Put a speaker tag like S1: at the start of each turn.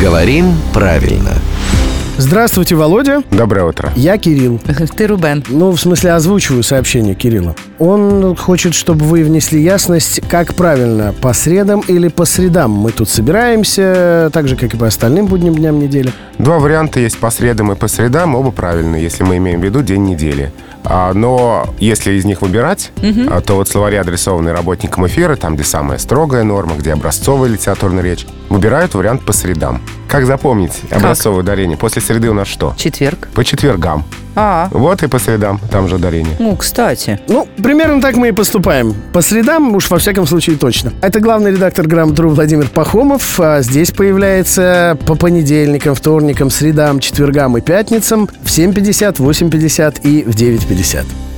S1: Говорим правильно.
S2: Здравствуйте, Володя.
S3: Доброе утро.
S2: Я Кирилл.
S4: Ты Рубен.
S2: Ну, в смысле, озвучиваю сообщение Кирилла. Он хочет, чтобы вы внесли ясность, как правильно, по средам или по средам мы тут собираемся, так же, как и по остальным будним дням недели.
S3: Два варианта есть по средам и по средам, оба правильные, если мы имеем в виду день недели. А, но если из них выбирать, а, то вот словари, адресованные работникам эфира, там, где самая строгая норма, где образцовая литературная речь, выбирают вариант по средам. Как запомнить образцовое ударение? После среды у нас что?
S4: Четверг.
S3: По четвергам.
S4: А,
S3: Вот и по средам, там же ударение.
S4: ну, кстати.
S2: Ну, примерно так мы и поступаем. По средам, уж во всяком случае, точно. Это главный редактор «Грамотру» Владимир Пахомов. А здесь появляется по понедельникам, вторникам, средам, четвергам и пятницам в 7.50, 8.50 и в 9.50.